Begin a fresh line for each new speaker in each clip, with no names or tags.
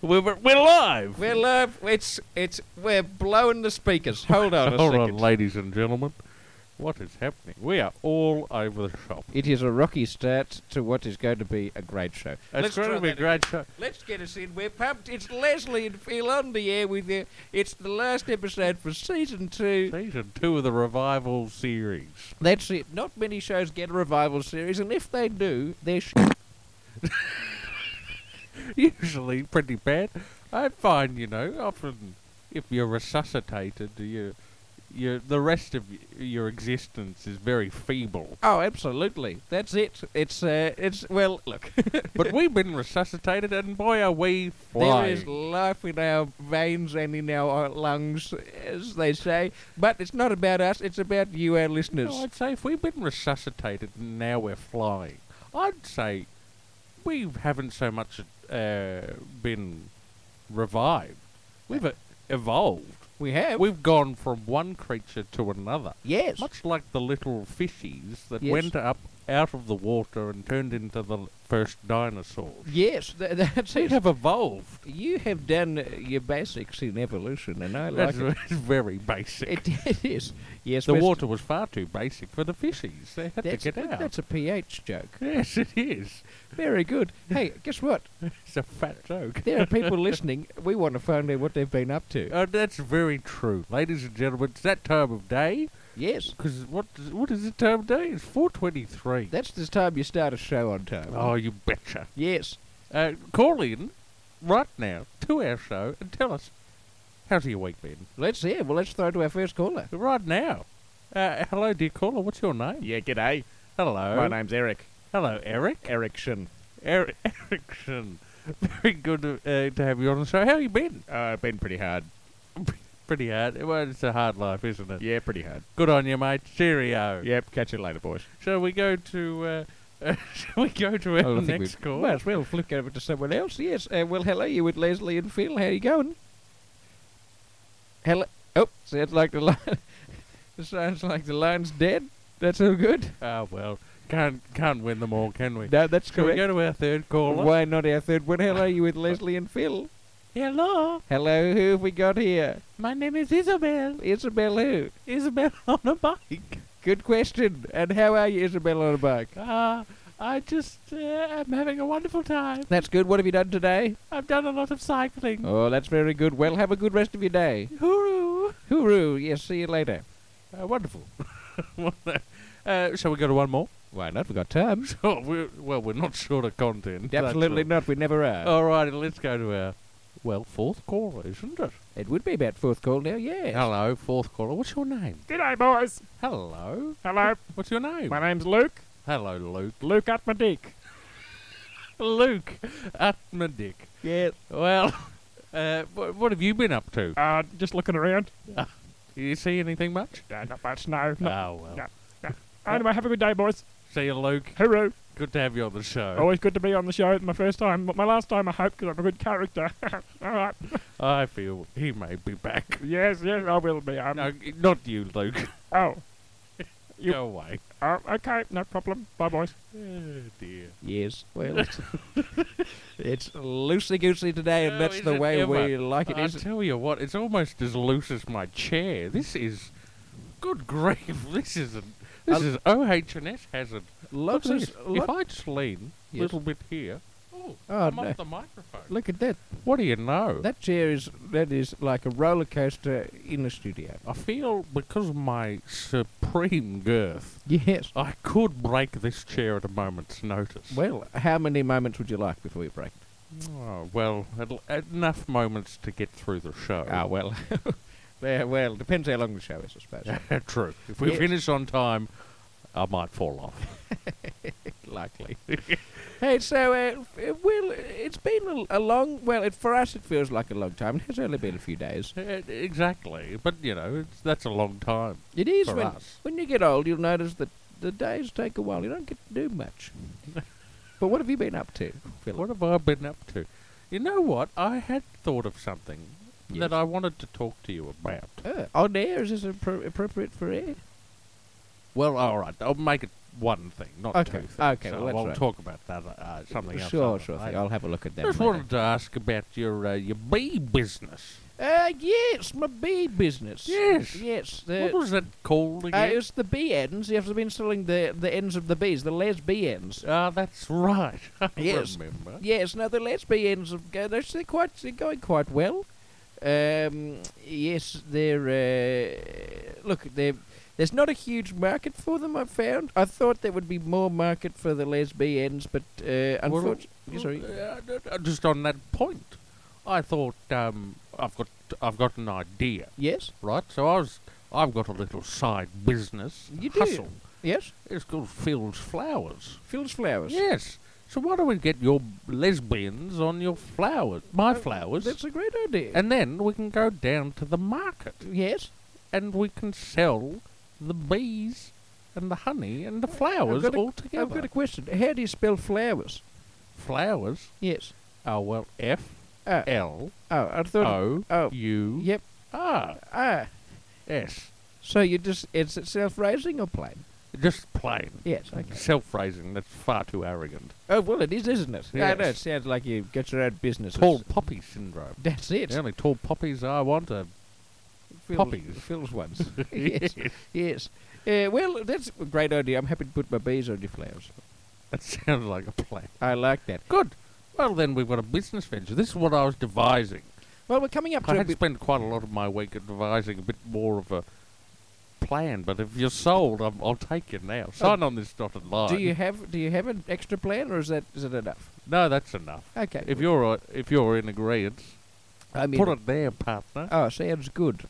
We're, we're, we're live.
We're live. It's it's we're blowing the speakers. Hold on a
Hold
second.
on, ladies and gentlemen. What is happening? We are all over the shop.
It is a rocky start to what is going to be a great show.
It's going to
try
be a
that
great show.
Let's get us in. We're pumped. It's Leslie and Phil on the air with you. It's the last episode for season two.
Season two of the revival series.
That's it. Not many shows get a revival series, and if they do, they're sh-
Usually pretty bad. I find, you know, often if you're resuscitated, you, you, the rest of y- your existence is very feeble.
oh, absolutely. That's it. It's uh, it's well, look.
But we've been resuscitated, and boy, are we
There is
flying.
life in our veins and in our uh, lungs, as they say. But it's not about us, it's about you, our listeners.
No, I'd say if we've been resuscitated and now we're flying, I'd say we haven't so much uh, been revived. We've uh, evolved.
we have.
We've gone from one creature to another.
yes.
Much like the little fishies that
Yes.
went up out of the water and turned into the l- first dinosaurs.
Yes, tha- that's
They
it.
have evolved.
You have done uh, your basics in evolution, and I like
That's
it.
very basic.
It, it is. Yes,
the
West-
water was far too basic for the fishies. They had to
That's,
get out.
that's a pH joke.
yes, it is.
Very good. Hey, guess what?
It's a fat joke.
There are people listening. We want to find out what they've been up to.
Uh, that's very true, ladies and gentlemen. It's that time of day
yes,
because what is- what is the time of day? It's four twenty-three.
that's the time you start a show on time.
Oh, you betcha.
Yes.
Uh, call in right now to our show and tell us how's your week been.
Let's hear. Well, let's throw to our first caller.
Right now. Uh, hello, dear caller. What's your name?
Yeah, g'day.
Oh.
Hello.
My name's Eric
Hello, Eric.
Erickson.
Eric Erickson. Very good uh, to have you on the show. How you been?
Uh, been pretty hard.
Pretty hard. Well, it's a hard life, isn't it?
Yeah, pretty hard.
Good on you, mate. Cheerio.
Yep, catch you later, boys.
Shall we go to? Uh, shall we go to our
Oh, I think
next
we
call?
Might as well flick over to someone else. Yes. Uh, well, hello, you with Leslie and Phil. How you going? Hello. Oh, sounds like the line. sounds like the line's dead. That's all good.
Ah, well, can't can't win them all, can we?
No, that's
Shall we go
correct.
to our third caller?
Why not our third one? Hello, you with Leslie and Phil.
Hello,
Hello, who have we got here?
my name is Isabel.
Isabel who?
Isabel on a bike.
Good question. And how are you, Isabel on a bike?
Ah, I just uh, am having a wonderful time.
That's good. What have you done today?
I've done a lot of cycling.
Oh, that's very good. Well, have a good rest of your day.
Hooroo!
Hooroo. Yes, see you later.
Uh, wonderful. uh, shall we go to one more?
Why not? We've got time.
Oh, we're, well, we're not short of content. that's Oh.
Absolutely
all.
not. We never are.
All righty, let's go to our well fourth caller, isn't it?
It would be about fourth call now, yes.
Hello, fourth caller. What's your name?
G'day, boys.
Hello.
Hello.
What's your name?
My name's Luke.
Hello, Luke.
Luke Atmadick.
Luke at my dick.
Yes.
Well, uh, wh- what have you been up to?
Uh, just looking around.
Did you see anything much?
Uh, not much, no. no.
oh well.
no.
oh.
Anyway, have a good day, boys.
See you, Luke.
Hooroo.
Good to have you on the show.
Always good to be on the show. My first time, but my last time, I hope, because I'm a good character. All right.
I feel he may be back.
Yes, yes, I will be. Um,
No, not you, Luke.
Oh, You-
Go away.
oh, okay, no problem. Bye, boys.
Oh dear.
Yes. Well, it's, it's loosey goosey today, and
Oh,
that's
is
the
it
way
ever?
we like it,
I
isn't it?
tell you what, it's almost as loose as my chair. This is, good grief, this isn't. This
Uh,
is OH&S hazard. Look
Lots
at
of.
this. if
lot-
I just lean a
Yes.
little bit here, oh,
Oh,
I'm
no.
off the microphone.
Look at that.
What do you know?
That chair is that is like a roller coaster in a studio.
I feel because of my supreme girth,
Yes.
I could break this chair at a moment's notice.
Well, how many moments would you like before you break?
Oh, well, at l- enough moments to get through the show.
Ah, well. yeah, well, depends how long the show is, I suppose.
True. If we
Yes.
finish on time, I might fall off.
likely. hey, so uh, f- uh, well, it's been a, a long. Well, it, for us, it feels like a long time. It has only been a few days.
Uh, exactly. But, you know, it's, that's a long time.
It is
For
when
us.
when you get old, you'll notice that the days take a while. You don't get to do much. but what have you been up to, Philip?
What have I been up to? You know what? I had thought of something
Yes.
that I wanted to talk to you about.
Uh, on air is this appro- appropriate for air?
Well, all right. I'll make it one thing, not
Okay,
two things.
okay,
so
well, that's
we'll
right.
talk about that uh, uh, something else.
sure,
other
sure. Thing.
later.
I'll have a look at that.
Just
later.
wanted to ask about your uh, your bee business.
Uh, yes, my bee business.
Yes.
Yes. The,
what was that called
uh,
again?
it was the bee ends. You have to be installing the, the ends of the bees, the les bee ends.
Ah, that's right. I
Yes.
remember.
Yes, no, the les bee ends have go, they're, actually quite, they're going quite well. Um, yes, they're. Uh, look, they're, there's not a huge market for them, I found. I thought there would be more market for the les bee ends, but uh,
Well,
unfortunately.
Well,
sorry.
uh, d- d- just on that point, I thought um, I've got I've got an idea,
Yes?
right? So I was I've got a little side business
You do?
hustle.
Yes?
It's called Phil's Flowers.
Phil's flowers.
Yes. So why don't we get your lesbians on your flowers, my
Oh,
flowers,
That's a great idea.
and then we can go down to the market
yes?
and we can sell the bees and the honey and the flowers
got a-
all
I've got
together.
a question. How do you spell flowers?
Flowers.
Yes.
Oh well, F
Ah,
L
oh, I thought.
O
oh,
U
Yep.
R
Ah,
S.
so you just it's a self-raising or plain?
Just plain.
Yes. Okay.
Self-raising. That's far too arrogant.
Oh well, it is, isn't it? I know. It
Yes.
sounds like you got your own business.
Tall poppy syndrome.
That's it.
The only tall poppies I want are
Phil's-
poppies.
Phil's ones. yes. Yes. Uh, well, that's a great idea. I'm happy to put my bees on your flowers.
That sounds like a plan.
I like that.
Good. Well, then we've got a business venture. This is what I was devising.
Well, we're coming up
I
to a
had
bit.
spent quite a lot of my week devising a bit more of a plan, but if you're sold, I'm, I'll take you now. Sign on this dotted line.
Do you have do you have an extra plan, or is that is it enough?
no, that's enough.
Okay.
If you're uh, if you're in agreement,
I mean,
put it there, partner.
oh, sounds good.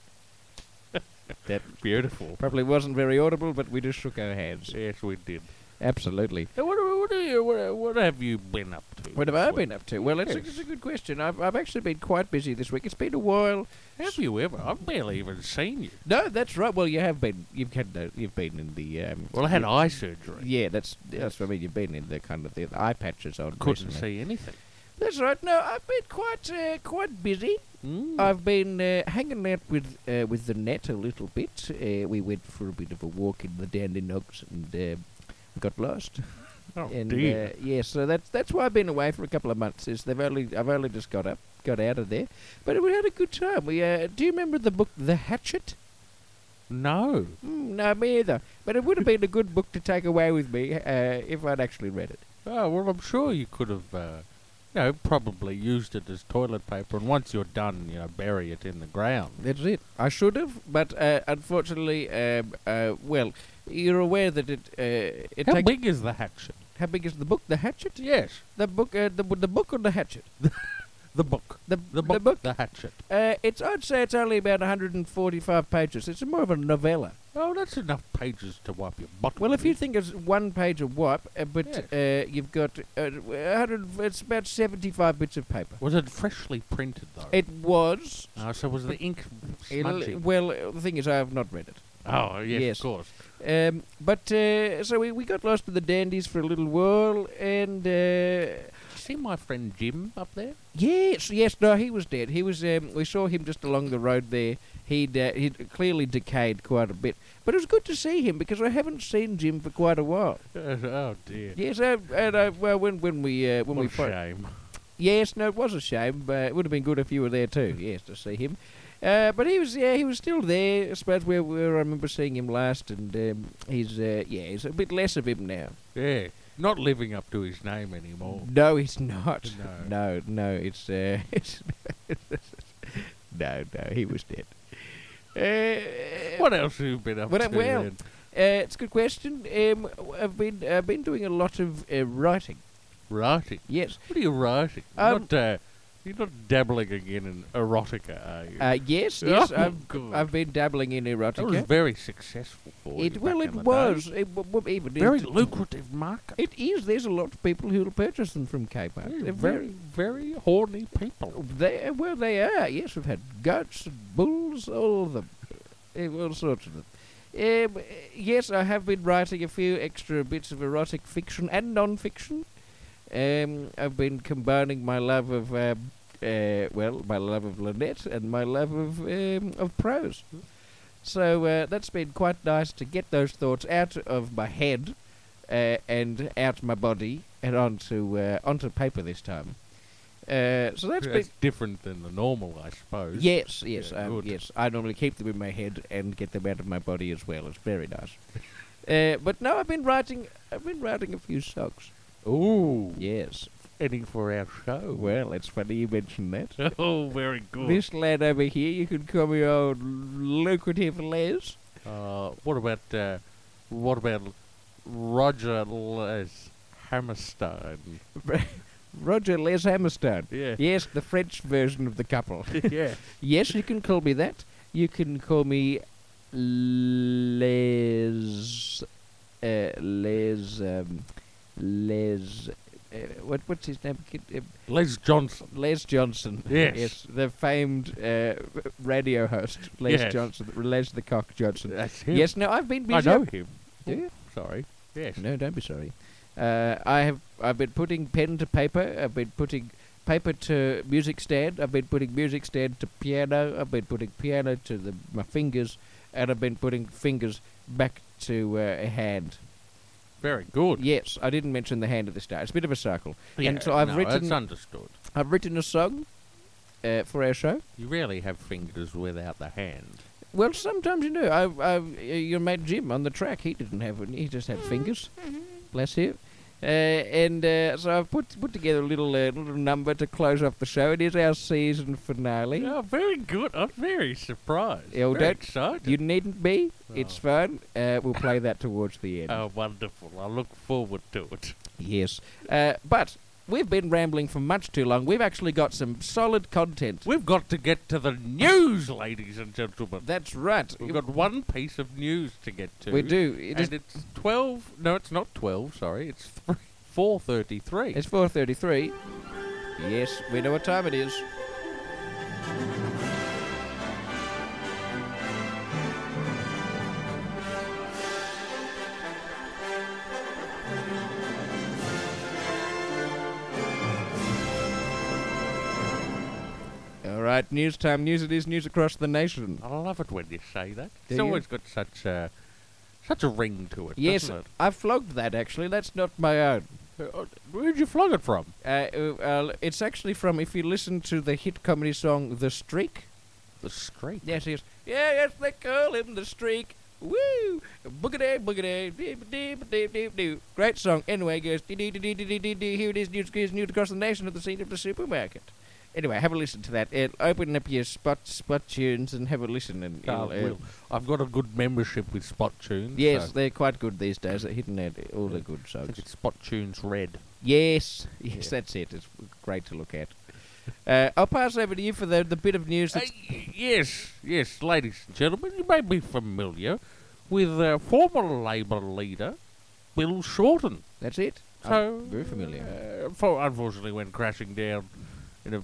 that
Beautiful.
Probably wasn't very audible, but we just shook our hands.
Yes, we did.
Absolutely.
Now, what, what, are you, what, what have you been up to?
What have
this
I
week?
been up to? Well, it's, a,
Yes.
it's a good question. I've, I've actually been quite busy this week. It's been a while.
Have you ever? I've barely even seen you.
No, that's right. Well, you have been. You've had. The, you've been in the. Um,
Well, I had
you-
eye surgery.
Yeah, that's that's what I mean. You've been in the kind of the, the eye patches on.
Couldn't
recently.
see anything.
That's right. No, I've been quite uh, quite busy.
Mm.
I've been uh, hanging out with uh, with the net a little bit. Uh, we went for a bit of a walk in the Dandenongs and uh, got lost.
oh,
and
dear.
uh, yeah, so that's that's why I've been away for a couple of months. Is they've only I've only just got up, got out of there, but we had a good time. We uh, do you remember the book The Hatchet?
no.
Mm, no, me either. But it would have been a good book to take away with me uh, if I'd actually read it.
Oh, well, I'm sure you could have, uh, you know, probably used it as toilet paper. And once you're done, you know, bury it in the ground.
That's it. I should have, but uh, unfortunately, um, uh, well, you're aware that it uh, it
How
take-
big is the hatchet?
how big is the book? The Hatchet?
Yes,
The book, uh, the the book or the Hatchet?
the book.
The
The book. The,
book.
hatchet.
Uh, it's I'd say it's only about 145 pages. It's more of a novella.
Oh, that's enough pages to wipe your butt.
Well,
with.
if you think it's one page of wipe, uh, but uh, you've got uh, 100, it's about 75 bits of paper.
Was it freshly printed, though?
It was.
Oh, so was the ink
it'll-
smudgy?
well, uh, the thing is, I have not read it.
Oh, yes,
Yes.
of course.
Um, but uh, so we, we got lost in the dandies for a little while, and uh,
See my friend Jim up there?
yes, yes, no, he was dead. He was. Um, we saw him just along the road there. He'd uh, he'd clearly decayed quite a bit, but it was good to see him because I haven't seen Jim for quite a while.
oh dear.
Yes, uh, and uh, well, when when we uh, when
What
we
a
fo-
shame.
Yes, no, it was a shame, but it would have been good if you were there too. Yes, to see him. Uh, but he was, yeah, he was still there. I suppose where, where I remember seeing him last, and um, he's, uh, yeah, he's a bit less of him now.
Yeah, not living up to his name anymore.
No, he's not.
No.
no, no, it's, uh, it's no, no, he was dead. Uh,
What else have you been up
Well,
to?
uh, well,
then?
Uh, it's a good question. Um, I've been, I've been doing a lot of uh, writing.
writing.
Yes.
What are you writing?
Um,
not, uh, you're not dabbling again in erotica, are you?
Uh, yes, yes.
Oh,
I've,
good.
I've been dabbling in
that was
erotica.
very successful for you.
It well,
back
it
in the
was.
day.
It w- w- even
very
it,
lucrative market.
It is. There's a lot of people who'll purchase them from Kmart.
Yeah,
They're
very, very horny people.
They well, they are. Yes, we've had goats and bulls, all of them, Eh, all sorts of them. Um, eh, yes, I have been writing a few extra bits of erotic fiction and non-fiction. Um, I've been combining my love of, um, uh, well, my love of Lynette and my love of um, of prose.
Hmm.
So uh, that's been quite nice to get those thoughts out of my head uh, and out my body and onto uh, onto paper this time. Uh, so that's been
That's different than the normal, I suppose.
yes, yes,
Yeah,
um,
good.
yes. I normally keep them in my head and get them out of my body as well. It's very nice. uh, but no, I've been writing. I've been writing a few songs.
Ooh.
Yes.
Any for our show.
Well, it's funny you mention that.
Oh, very good.
This lad over here, you can call me old lucrative Les.
Uh, what about uh, what about Roger Les Hammerstein?
Roger Les Hammerstein.
Yeah.
Yes, the French version of the couple.
yeah.
yes, you can call me that. You can call me Les. Uh, Les. Um, Les. Uh, what, what's his name? Kid- uh,
Les Johnson.
Les Johnson.
Yes.
the famed uh, r- radio host, Les
Yes.
Johnson. Les the Cock Johnson.
That's him.
Yes, now I've been
I
busy.
know him.
Do you?
Sorry. Yes.
No, don't be sorry. Uh, I have I've been putting pen to paper. I've been putting paper to music stand. I've been putting music stand to piano. I've been putting piano to the, my fingers, and I've been putting fingers back to uh, a hand.
Very good.
Yes, I didn't mention the hand at the start. It's a bit of a cycle.
Yeah,
and so I've
no,
written
That's understood.
I've written a song uh, for our show.
You rarely have fingers without the hand.
Well, sometimes you do. I, I, your mate Jim on the track, he didn't have one. He just had fingers. Bless him. Uh, and uh, so I've put put together a little uh, little number to close off the show. It is our season finale.
Yeah, Oh, very good. I'm very surprised.
Yeah, well,
very
don't-
excited.
You needn't be. It's
Oh.
fun. Uh, we'll play that towards the end.
oh, wonderful. I look forward to it.
Yes. Uh, but we've been rambling for much too long. We've actually got some solid content.
We've got to get to the news, ladies and gentlemen.
That's right.
We've got one piece of news to get to.
We do. It is,
and it's twelve. No, it's not twelve. Sorry, it's three, four thirty-three.
it's 4.33. Yes, we know what time it is. All right, news time. News it is. News across the nation.
I love it when you say that.
Do
it's
you?
always got such a such a ring to it.
Yes,
doesn't
I flogged that actually. That's not my own.
it? Uh, Where'd you flog it from?
Uh, uh, it's actually from if you listen to the hit comedy song "The Streak."
The street.
Yes, yes, yeah, yes. They call him the Streak. Woo! Boogity, boogity, deep, deep, deep, deep, deep. Great song. Anyway, it goes dee dee dee dee dee dee dee dee. Here it is, news, news, news across the nation at the scene of the supermarket. Anyway, have a listen to that. It'll open up your spot, spot tunes, and have a listen. And
Oh,
it'll, uh,
well, I've got a good membership with Spot Tunes.
yes,
so
they're quite good these days. They're hitting out all the good
I
songs.
think it's Spot Tunes Red.
Yes, yes,
Yeah.
that's it. It's great to look at. Uh, I'll pass over to you for the, the bit of news
Uh,
that's
y- yes, yes, ladies and gentlemen, you may be familiar with uh, former Labour leader Bill Shorten.
that's it.
So
I'm very familiar.
Uh, for, unfortunately, went crashing down in a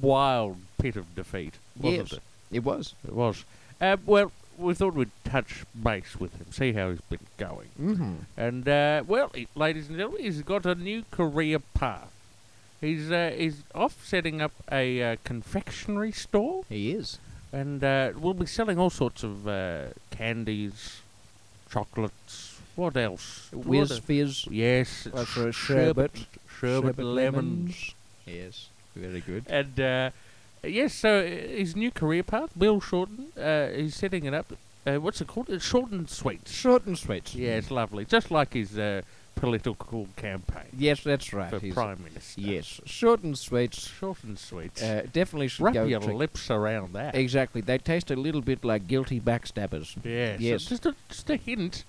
wild pit of defeat, wasn't
Yes.
it?
It was.
It was. Um, well, we thought we'd touch base with him, see how he's been going.
Mm-hmm.
And uh, well, he- ladies and gentlemen, he's got a new career path. He's uh, he's off setting up a uh, confectionery store,
He is.
and uh, we'll be selling all sorts of uh, candies, chocolates. What else? What
Whiz
else?
fizz.
Yes,
Like
it's
for a
sherbet,
sherbet.
sherbet lemons.
Yes. Very good.
And uh, yes, so uh, his new career path, Bill Shorten, uh, he's setting it up. Uh, what's it called? It's Shorten Sweets.
Short and sweet.
Yeah, it's lovely. Just like his uh, political campaign
Yes, that's right.
for
Uh, He's-
prime minister.
yes. Short and sweet.
Shorten Sweets.
Uh, definitely should
Wrap
go.
your
trick-
lips around that.
Exactly. They taste a little bit like guilty backstabbers.
yes.
yes.
Just a, just a hint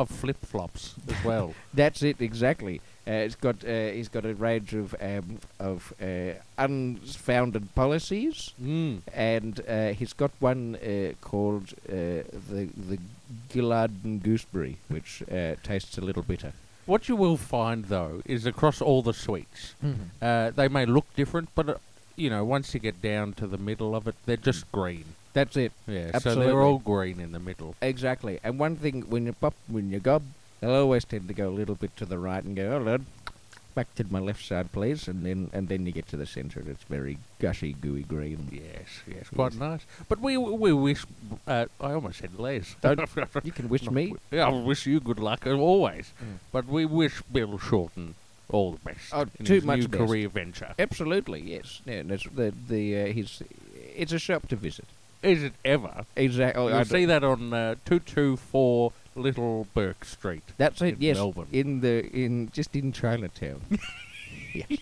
of flip flops as well.
That's it exactly. Uh, it's got uh, he's got a range of um, of uh, unfounded policies,
mm.
and uh, he's got one uh, called uh, the the Gillarden gooseberry, which uh, tastes a little bitter.
What you will find, though, is across all the sweets,
Mm-hmm.
uh, they may look different, but, uh, you know, once you get down to the middle of it, they're just green.
That's it
Yeah, so
Absolutely.
they're all green in the middle.
exactly. And one thing when you pop when you gob, they'll always tend to go a little bit to the right and go, "Oh, Lord, back to my left side, please, and then and then you get to the centre. and It's very gushy, gooey green.
Yes, yes, quite nice. But we we wish. Uh, I almost said Les.
Don't- You can wish
Not
me.
wi- Yeah, I wish you good luck as always.
Mm.
But we wish Bill Shorten all the best
Oh,
in
too
his
much
new
best.
career venture.
Absolutely, yes. No, that's the the uh, his. It's a shop to visit. oh,
Is it ever?
Exactly.
You'll see that on uh, two two four Little Burke Street.
That's it.
in
yes,
Melbourne.
in the in just in Chinatown.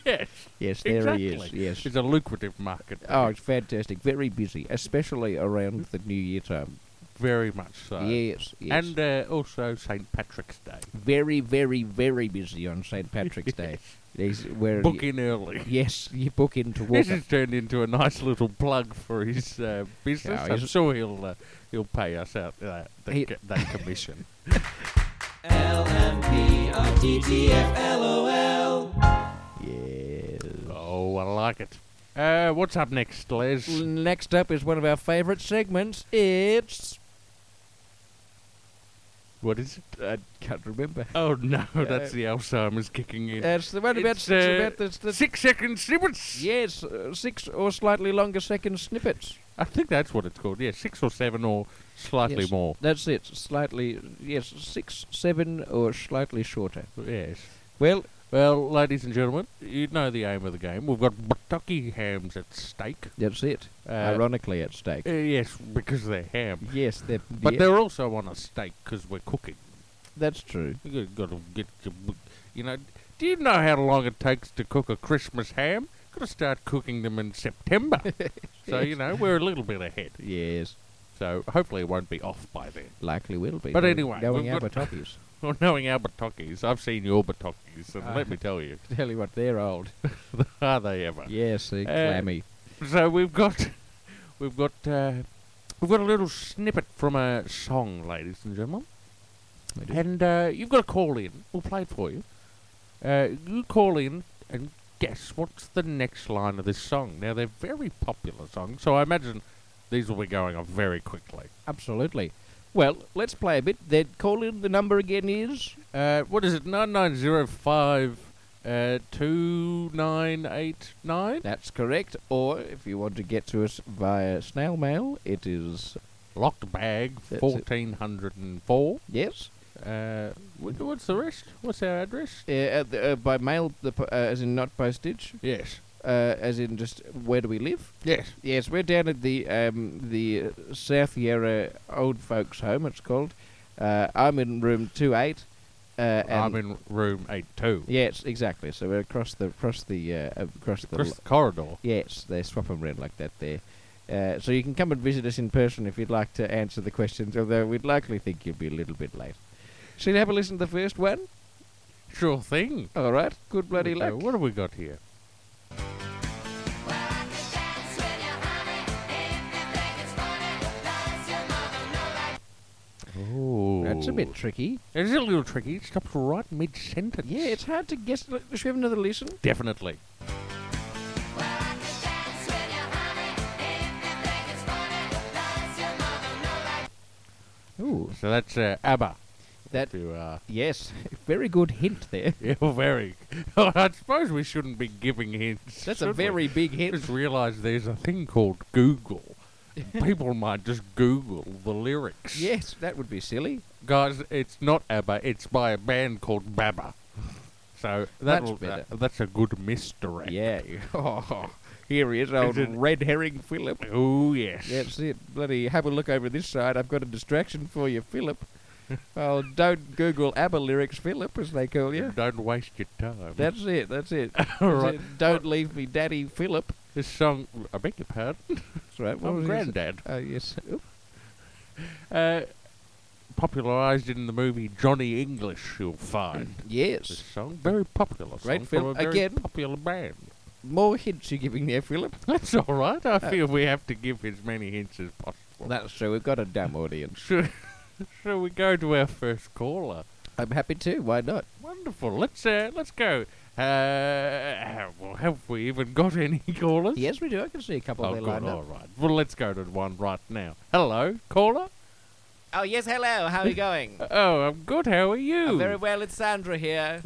yes,
yes, there
Exactly.
he is. Yes.
it's a lucrative market.
Oh, it's fantastic. Very busy, especially around the New Year time.
very much so.
yes, yes.
And uh, also St Patrick's Day.
very, very, very busy on St. Patrick's Day. There's where
Book in early.
Yes, you book in to walk.
This has turned into a nice little plug for his uh, business.
Yeah,
I'm
he's-
sure he'll uh, he'll pay us out that that,
He-
co- that commission.
Yes.
oh, I like it. Uh, what's up next, Les?
Next up is one of our favourite segments. It's
What is it? Uh,
I can't remember.
Oh no, that's
Uh,
the Alzheimer's kicking in.
It's the one about,
It's,
it's about
uh,
the, the
Six second snippets.
yes, uh, six or slightly longer second snippets.
I think that's what it's called. Yeah, six or seven or slightly
Yes.
more.
That's it. Slightly yes, six, seven, or slightly shorter.
Yes.
Well,
Well, ladies and gentlemen, you know the aim of the game. We've got Kentucky hams at stake.
that's it.
Uh,
Ironically, at stake.
uh, yes, because they're ham.
yes, they're,
But
yes,
they're also on a steak because we're cooking.
that's true.
You gotta get your, you know. Do you know how long it takes to cook a Christmas ham? Gotta start cooking them in September. so you know we're a little bit ahead.
Yes,
So hopefully it won't be off by then.
likely will
But
be. knowing-
anyway,
knowing
we've
our
got-
Batokis.
Well, knowing our batokis, I've seen your batokis, and
Ah.
let me tell you,
Tell you what, they're old.
are they ever?
Yes, they're
Uh,
clammy.
So we've got, we've got, uh, we've got a little snippet from a song, ladies and gentlemen.
They do.
And uh, you've got to call in. We'll play it for you. Uh, you call in and guess what's the next line of this song. Now, they're very popular songs, so I imagine these will be going off very quickly.
Absolutely. Well, let's play a bit. Then call in. The number again is
Uh, what is it? 9905 uh, 2989?
That's correct. Or if you want to get to us via snail mail, it is
Locked bag
That's it.
1404.
yes
Uh, wh- what's the rest? What's our address?
uh, at the, uh, by mail, the, po- uh, as in not postage,
Yes.
uh, as in just where do we live?
Yes.
Yes, we're down at the um, the uh, South Yarra Old Folks Home. It's called. Uh, I'm in room two eight. Uh, and
I'm in room 82.
Yes, exactly. So we're across the across the uh, across the
Across the corridor.
Yes, they swap 'em around like that there. Uh, so you can come and visit us in person if you'd like to answer the questions, although we'd likely think you'll be a little bit late. Shall you have a listen to the first one?
Sure thing.
All right, good bloody
Here we go.
luck.
What have we got here? Oh,
That's a bit tricky.
It's a little tricky. It stops right mid sentence.
Yeah, it's hard to guess. Look, Should we have another listen?
definitely.
Ooh,
So that's uh, ABBA.
that
If you, uh,
yes, very good hint there.
yeah, very. I suppose we shouldn't be giving hints.
That's a
should we?
very big hint.
Just realised there's a thing called Google. People might just Google the lyrics.
Yes, that would be silly.
Guys, it's not ABBA. It's by a band called Baba. So that'll,
better.
that- uh, that's a good misdirect.
Yeah. Oh, here he is, old
it-
red herring Philip.
Oh yes.
That's it. Bloody have a look over this side. I've got a distraction for you, Philip. oh, don't Google ABBA lyrics, Philip, as they call you.
Don't waste your time.
That's it. That's it.
All
That's
right.
it. Don't leave me, Daddy Philip.
This song. I beg your pardon.
That's right. What
I'm
was his-
Grandad.
Oh yes. Oop.
Uh, popularised in the movie Johnny English. You'll find this
Yes.
song very popular.
Great
song from
film.
a very
Again.
popular band.
More hints you're giving there, Philip.
That's all right. I
Uh.
feel we have to give as many hints as possible.
That's true. We've got a dumb audience.
Should, shall we go to our first caller?
I'm happy to. Why not?
Wonderful. Let's uh, let's go. Uh, well, have we even got any callers?
Yes, we do. I can see a couple
Oh,
there
good.
lined
All
up.
right. Well, let's go to one right now. Hello, caller.
Oh yes. Hello. How are you going?
Oh, I'm good. How are you?
well. It's Sandra here.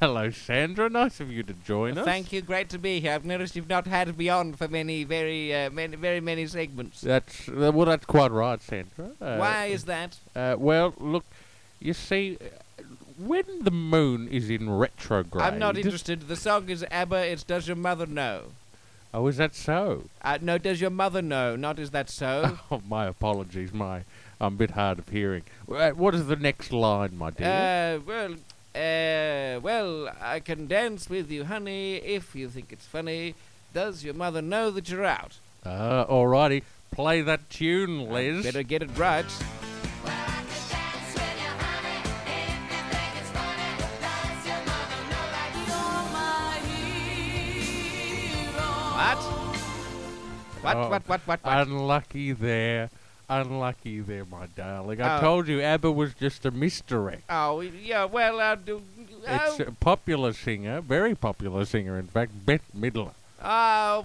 Hello, Sandra. Nice of you to join us.
Thank you. Great to be here. I've noticed you've not had Beyond for many, very, uh, many, very many segments.
That's uh, well. That's quite right, Sandra. Uh,
Why is that?
Uh, well, look. You see, uh, when the moon is in retrograde.
I'm not interested. The song is ABBA. It's Does Your Mother Know?
Oh, is that so?
Uh, no, Does Your Mother Know? Not Is That So?
Oh, my apologies. My, I'm a bit hard of hearing. Wha- What is the next line, my dear?
uh, well, uh, well, I can dance with you, honey, if you think it's funny. Does your mother know that you're out?
Uh, alrighty. Play that tune, Liz.
Better get it right.
Well, I could dance with you, honey, if you think it's funny. Does your mother know that you're my hero?
What? What,
Oh,
what, what, what, what?
Unlucky there. Unlucky there, my darling. I
Oh.
told you ABBA was just a misdirect.
oh, yeah, well, uh, do, oh,
It's a popular singer, very popular singer, in fact, Bette Midler.
oh, well,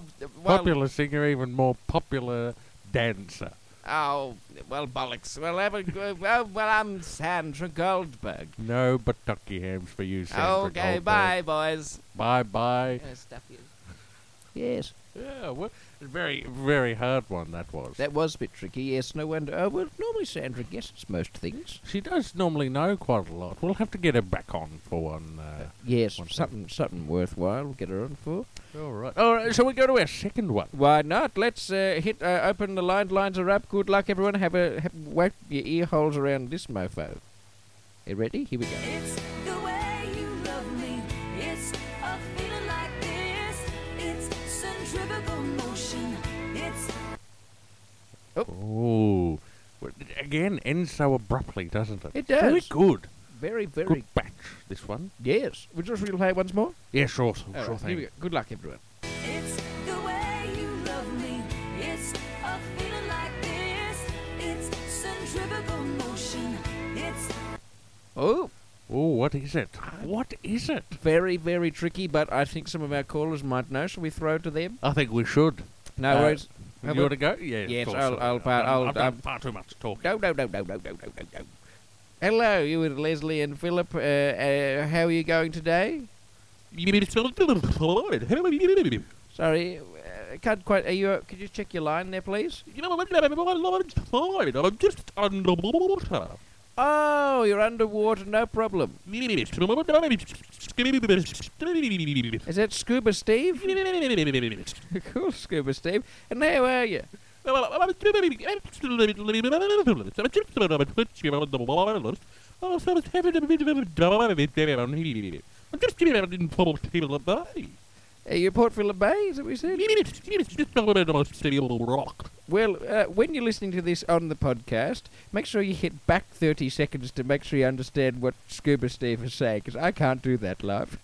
popular singer, even more popular dancer.
oh, well, bollocks. Well, ever, well, well, I'm Sandra Goldberg.
No, but ducky hams for you, Sandra.
okay,
Goldberg.
bye, boys.
Bye bye.
Gonna stuff you. Yes,
Yeah, well, very, very hard one that was.
that was a bit tricky. Yes, no wonder. Oh, well, normally Sandra guesses most things.
she does normally know quite a lot. We'll have to get her back on for one. Uh,
Yes,
One
something something worthwhile. We'll get her on for.
all right. All right, shall we go to our second one?
Why not? Let's uh, hit uh, open the line. Lines are up. Good luck, everyone. Have a have, whack your ear holes around this mofo. You ready? Here we go.
It's the way you love me. It's a feeling like this. It's centrifugal motion. It's
Oh, well, it again ends so abruptly, doesn't it?
It
Very
does.
good.
Very very
Good batch, this one.
yes. We just replay it once more.
Yeah, sure, sure,
All
sure
right, here
thing.
we go. Good luck, everyone.
It's the way you love me. It's a feeling like this. It's centrifugal motion. It's
Oh,
Oh, what is it? What is it?
very very tricky. But I think some of our callers might know. Shall we throw it to them?
I think we should.
No
Uh,
worries. How
you
about-
want to go? Yeah, of
Yes,
course.
I'll- I'll
I've
pa-
done-
I'll-
I've done
I'll-
far too much talking.
No, no, no, no, no, no, no, no, no. Hello, you and Leslie and Philip. Uh, uh, how are you going today? Sorry, uh, can't quite. Are you? Uh, could you check your line there, please? Oh, you're underwater. No problem. Is that Scuba Steve? cool, Scuba Steve. And how are you? Are you Port Phillip Bay? Is that what we said? Well, uh, when you're listening to this on the podcast, make sure you hit back 30 seconds to make sure you understand what Scuba Steve is saying, because I can't do that live.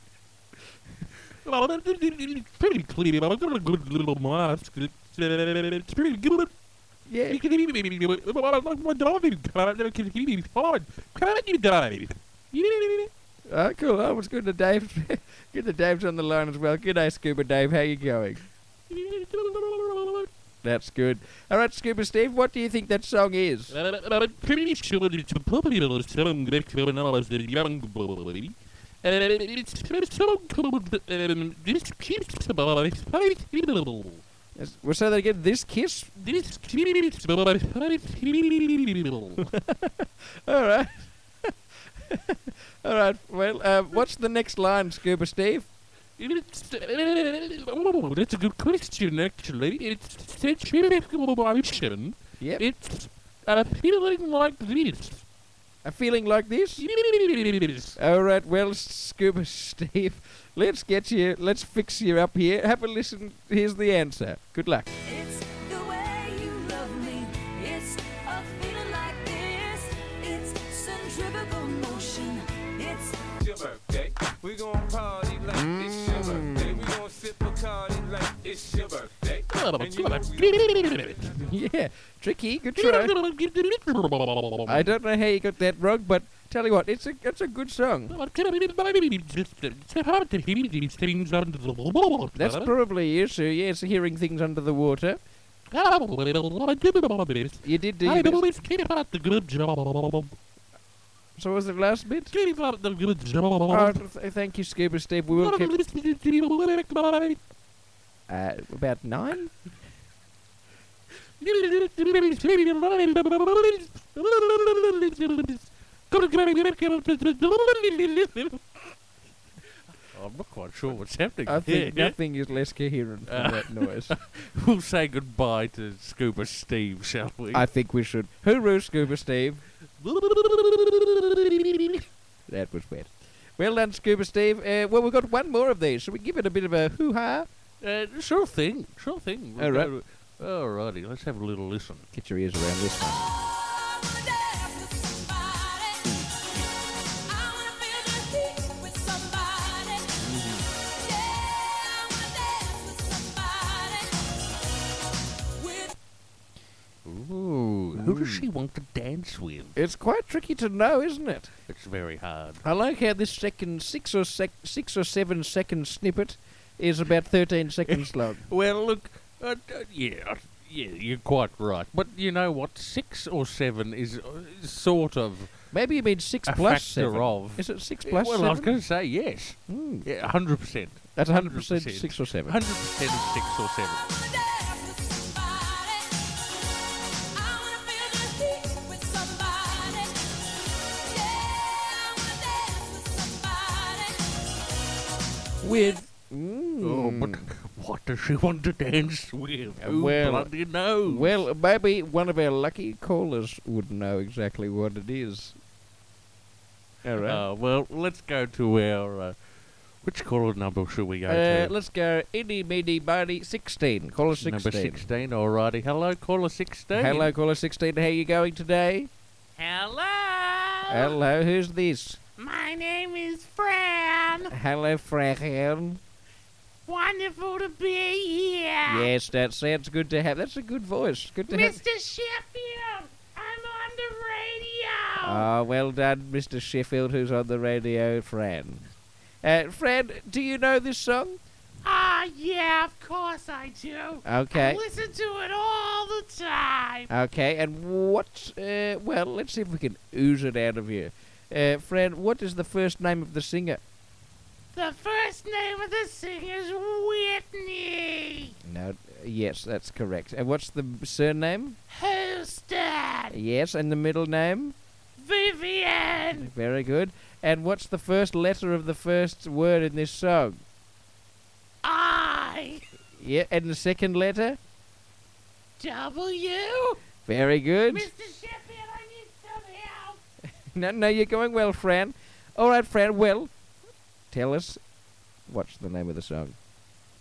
Yeah. Oh, cool. Oh, it's good to Dave. good to Dave's on the line as well. Good day, Scuba Dave. How you going? That's good. All right, Scuba Steve, what do you think that song is? Is- Well, so they get this kiss. All right. All right. Well, uh, what's the next line, Scuba Steve?
That's a good question, actually. It's centrifugal motion.
Yep.
It's a feeling like this.
A feeling like this. All right. Well, Scuba Steve, let's get you. Let's fix you up here. Have a listen. Here's the answer. Good luck.
it's the way you love me. It's a feeling like this. It's centrifugal motion. It's
It's your birthday. We gon' party like it's your birthday. We gon' sip Bacardi like it's your birthday. And you know we-
Yeah. Tricky. Good try. I don't know how you got that wrong, but tell you what, it's a it's a good song. That's probably you, so yes, hearing things under the water. You did do. your best. So what was the last bit? Oh,
Well,
th- thank you, Scuba Steve. We will keep uh, about nine.
I'm not quite sure what's happening.
I think
here.
nothing is less coherent than
Uh.
that noise.
We'll say goodbye to Scuba Steve, shall we?
I think we should. Hooroo, Scuba Steve. That was wet. Well done, Scuba Steve. Uh, well, we've got one more of these. Should we give it a bit of a hoo ha?
Uh, sure thing, sure thing.
All right.
All righty, let's have a little listen.
Get your ears around
oh,
this one.
Ooh, who does she want to dance with?
It's quite tricky to know, isn't it?
It's very hard.
I like how this second six or sec- six or seven second snippet is about thirteen seconds long.
Well, look, uh, d- uh, yeah, yeah, you're quite right. But you know what? Six or seven is uh, is sort of
Maybe you mean six
a
plus
factor
seven.
of.
Is it six
Yeah,
plus
well, I was
seven?
going to say yes.
Mm,
Yeah, hundred percent.
that's hundred percent
100%.
six or seven.
Hundred percent of six or seven.
With
Oh,
mm.
but what does she want to dance with?
Uh,
Who
well,
bloody knows?
well, maybe one of our lucky callers would know exactly what it is. All right.
Uh, well, let's go to our. Uh, which caller number should we go
Uh,
to?
let's go. Itty bitty bitty sixteen. Caller
Number
sixteen.
16, alrighty. Hello, caller 16.
Hello, caller sixteen. How you going today?
Hello.
Hello. Who's this?
My name is Fran.
Hello, Fran.
Wonderful to be here.
Yes, that sounds good to have. That's a good voice. Good to have.
Mr. Sheffield, I'm on the radio.
Ah, well done, Mr. Sheffield, who's on the radio, Fran. Uh, Fran, do you know this song?
Ah, yeah, of course I do.
Okay.
I listen to it all the time.
Okay, and what? Uh, well, let's see if we can ooze it out of you. Uh, Fran, what is the first name of the singer?
The first name of the singer is Whitney
No, yes, that's correct. And what's the surname?
Houston.
Yes, and the middle name?
Vivian.
Very good. And what's the first letter of the first word in this song?
I.
Yeah, and the second letter?
W.
Very good.
Mr. Sheffield, I need some help.
No, no, you're going well, Fran. All right, Fran. Well, tell us what's the name of the song.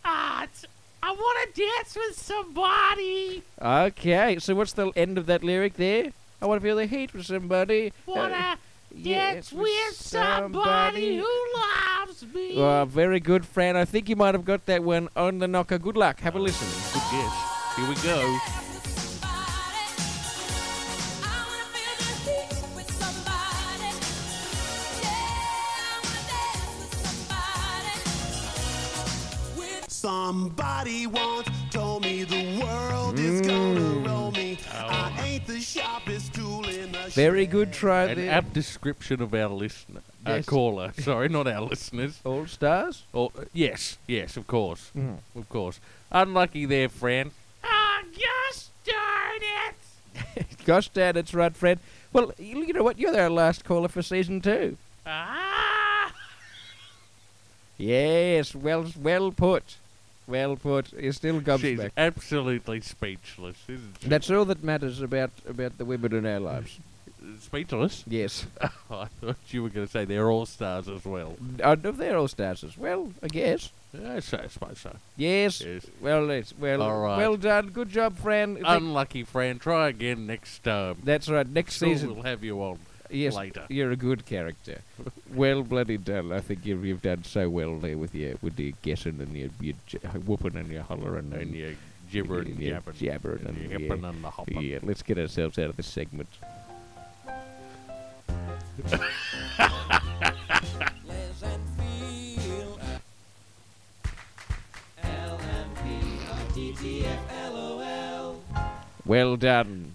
Ah, it's- I want to dance with somebody. Uh,
Okay, so what's the end of that lyric there? I want to feel the heat with somebody.
Want
Uh,
to
yes,
dance with somebody who loves me.
Oh, very good, Fran. I think you might have got that one on the knocker. Good luck. Have a listen.
Good guess. Here we go.
Somebody once told me the world is gonna roll me. I ain't the sharpest tool in the
Very good try
An
there.
apt description of our listener. Uh,
Yes.
Caller, sorry, not our listeners.
All stars.
Or, uh, yes, yes, of course.
Mm-hmm.
Of course. Unlucky there, Fran.
Ah, gosh darn it.
Gosh, Dad, it's right, Fran. Well, you you know what? You're our last caller for season two.
Ah,
Yes, well, well put. Well put. You're still
She's
gobsmacked.
absolutely speechless, isn't she?
That's all that matters about about the women in our lives.
Uh, speechless?
Yes,
I thought you were going to say they're all stars as well.
uh, they're all stars as well, I guess.
I so- I suppose so.
Yes.
Yes.
Well, it's well,
All right. Um,
well done. Good job, Fran. I think-
Unlucky, Fran. Try again next um, time.
that's right. Next
Sure
season,
we'll have you on.
yes,
later.
you're a good character. well, bloody done. I think you've, you've done so well there with your with your guessing and your, your j- whooping and your hollering
And
and
you gibber and
Yeah,
jabber.
jabber
and,
and-
you
yeah.
hippin' and the hoppin'.
yeah. Let's get ourselves out of this segment. Well done.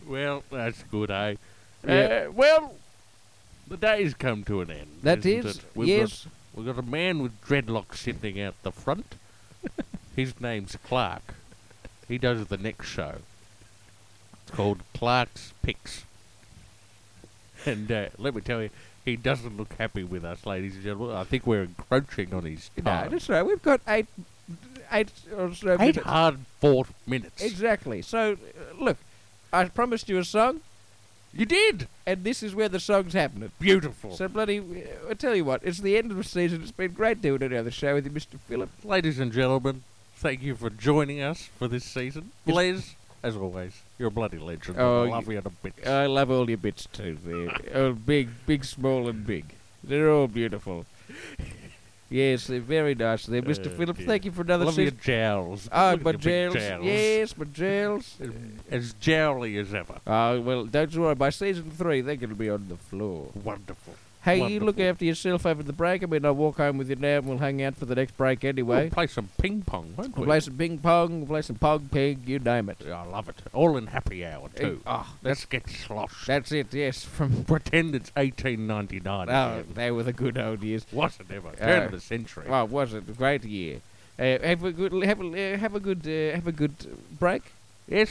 Well, that's good, eh?
Yeah.
Uh, eh? well, The day's come to an end.
That
isn't
is,
it? We've
yes.
Got, we've got a man with dreadlocks sitting out the front. His name's Clark. He does the next show. It's called Clark's Picks. And uh, let me tell you, he doesn't look happy with us, ladies and gentlemen. I think we're encroaching on his
No,
time.
that's right. We've got eight, eight or so
Eight
minutes.
hard fought minutes.
Exactly. So, uh, look, I promised you a song,
You did!
and this is where the song's happening.
Beautiful.
So bloody, uh, I tell you what, it's the end of the season. It's been great doing another show with you, Mr. Phillip.
Ladies and gentlemen, thank you for joining us for this season.
Yes.
Les, as always, you're a bloody legend.
Oh,
I
you-
love you to bits.
I love all your bits too. They're all big, big, small, and big. They're all beautiful. yes, they're very nice. There, Mr.
Oh,
Phillips.
dear.
Thank you for another
love your
season.
jowls.
Oh,
Look at
my
your big
jowls. Yes, my jowls.
As jowly as ever.
Oh well, don't worry. By season three, they're going to be on the floor.
Wonderful.
Hey, you
Wonderful.
look after yourself over the break. I mean, I'll walk home with you now, and we'll hang out for the next break anyway.
We'll play some ping pong, won't
We'll
we?
play some ping pong. We'll play some pong ping. You name it.
I love it. All in happy hour, too.
Oh,
Let's get sloshed.
that's it. Yes, from
Pretend it's 1899.
oh,
again.
they were the good old years.
What an ever. Turn
Oh.
of the century.
Well, was it a great year? Uh, have a good, have a, uh, have a good, uh, have a good uh, break.
Yes,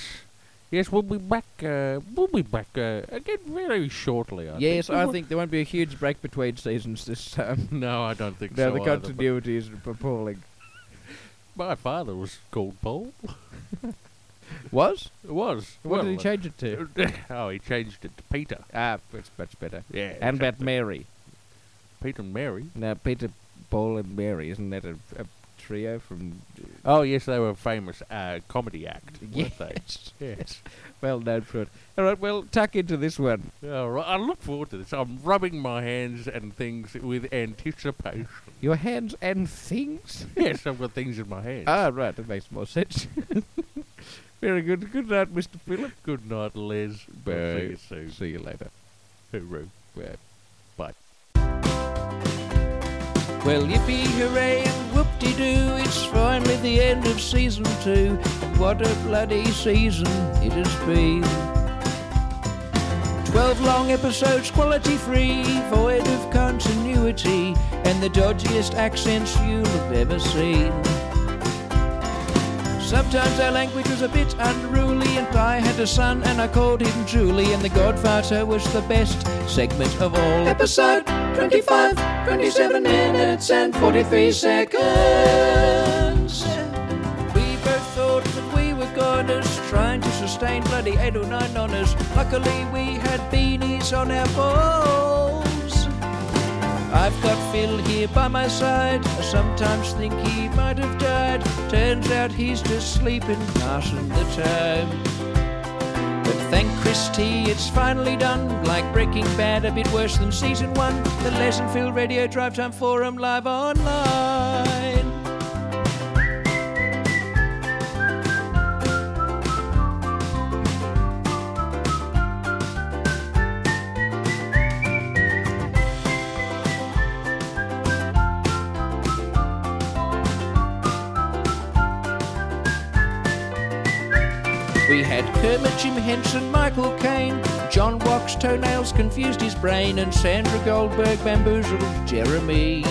yes, we'll be back. Uh, we'll be back uh, again very shortly. I
yes,
think.
I think there won't be a huge break between seasons this time.
No, I don't think
No,
so.
the
either, but
continuity is appalling.
my father was called Paul.
Was?
It was.
What did he change it to?
change? oh, he changed it to Peter.
Ah, it's much better.
Yeah,
And about
exactly.
Mary.
Peter and Mary.
Now, Peter, Paul, and Mary, isn't that a, a trio from.
Oh yes, they were a famous uh, comedy act, weren't they? Yes.
well known for it. All right, well, tuck into this one.
All right, I look forward to this. I'm rubbing my hands and things with anticipation.
Your hands and things?
yes, I've got things in my hands.
Ah, right, that makes more sense. Very good. Good night, Mr. Phillip.
Good night, Les. I'll see
Bye.
you soon.
See you later.
Hooroo.
Bye.
Bye.
Well, yippee hooray and whoop de doo, it's finally the end of season two. And what a bloody season it has been. Twelve long episodes, quality free, void of continuity, and the dodgiest accents you'll have ever seen. Sometimes our language was a bit unruly, and I had a son and I called him Julie, and The Godfather was the best segment of all. Episode 25, 27 minutes and 43 seconds. We both thought that we were goners, trying to sustain bloody eight or nine honors. Luckily, we had beanies on our balls. I've got Phil here by my side. I sometimes think he might have died. Turns out he's just sleeping, passing the time. But thank Christie, it's finally done. Like Breaking Bad, a bit worse than season one. The Les and Phil Radio Drive Time Forum live online. We had Kermit, Jim Henson, Michael Caine, John Wax, toenails confused his brain, and Sandra Goldberg bamboozled Jeremy.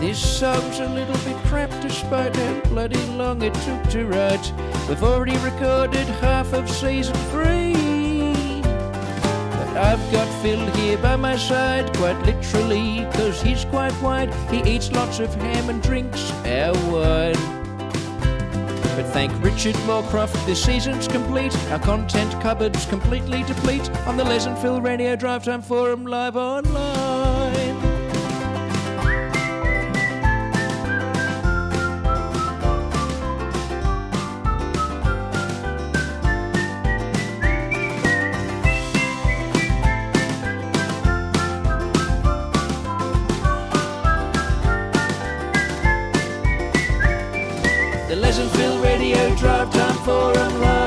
This song's a little bit crap despite how bloody long it took to write. We've already recorded half of season three. But I've got Phil here by my side, quite literally, 'cause he's quite wide. He eats lots of ham and drinks our wine. But thank Richard Moorcroft, this season's complete. Our content cupboard's completely deplete on the Les and Phil Radio Drive Time Forum live online. The Les and Phil Radio Drive Time Forum live.